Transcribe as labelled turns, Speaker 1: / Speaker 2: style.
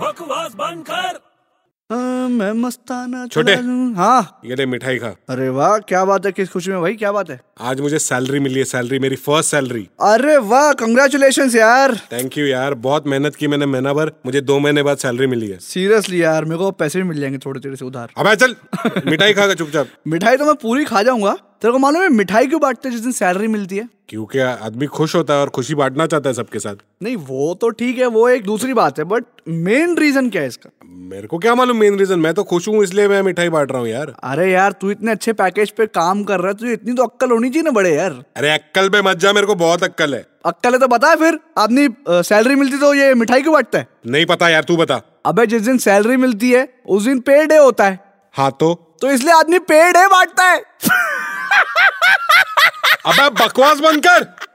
Speaker 1: बकवास बंद कर
Speaker 2: आ, हाँ, मैं मस्ताना
Speaker 3: छोटे।
Speaker 2: चला लूं। हाँ
Speaker 3: ये ले मिठाई खा
Speaker 2: अरे वाह क्या बात है किस खुशी में भाई क्या बात है
Speaker 3: आज मुझे सैलरी मिली है सैलरी मेरी फर्स्ट सैलरी
Speaker 2: अरे वाह कंग्रेचुलेशन यार
Speaker 3: थैंक यू यार बहुत मेहनत की मैंने महीना भर मुझे दो महीने बाद सैलरी मिली है
Speaker 2: सीरियसली यार मेरे को पैसे भी मिल जाएंगे थोड़ी देर से उधार
Speaker 3: अब चल मिठाई खागा चुपचाप
Speaker 2: मिठाई तो मैं पूरी खा जाऊंगा तेरे को मालूम है मिठाई क्यों बांटते हैं जिस दिन सैलरी मिलती है
Speaker 3: क्योंकि आदमी खुश होता है और खुशी बांटना चाहता है सबके साथ
Speaker 2: नहीं वो तो ठीक है वो एक दूसरी बात है बट मेन रीजन क्या है इसका
Speaker 3: मेरे को क्या मालूम मेन रीजन मैं तो खुश हूँ इसलिए मैं मिठाई बांट रहा हूँ यार
Speaker 2: अरे यार तू इतने अच्छे पैकेज पे काम कर रहा है तुझे इतनी तो अक्कल होनी चाहिए ना बड़े यार
Speaker 3: अरे अक्कल पे मत जा मेरे को बहुत अक्कल है
Speaker 2: अक्कल है तो बता फिर आदमी अ, सैलरी मिलती तो ये मिठाई क्यों बांटता है
Speaker 3: नहीं पता यार तू बता
Speaker 2: अबे जिस दिन सैलरी मिलती है उस दिन पे डे होता है
Speaker 3: हाँ तो
Speaker 2: तो इसलिए आदमी पे डे बांटता है
Speaker 3: अब बकवास बंद कर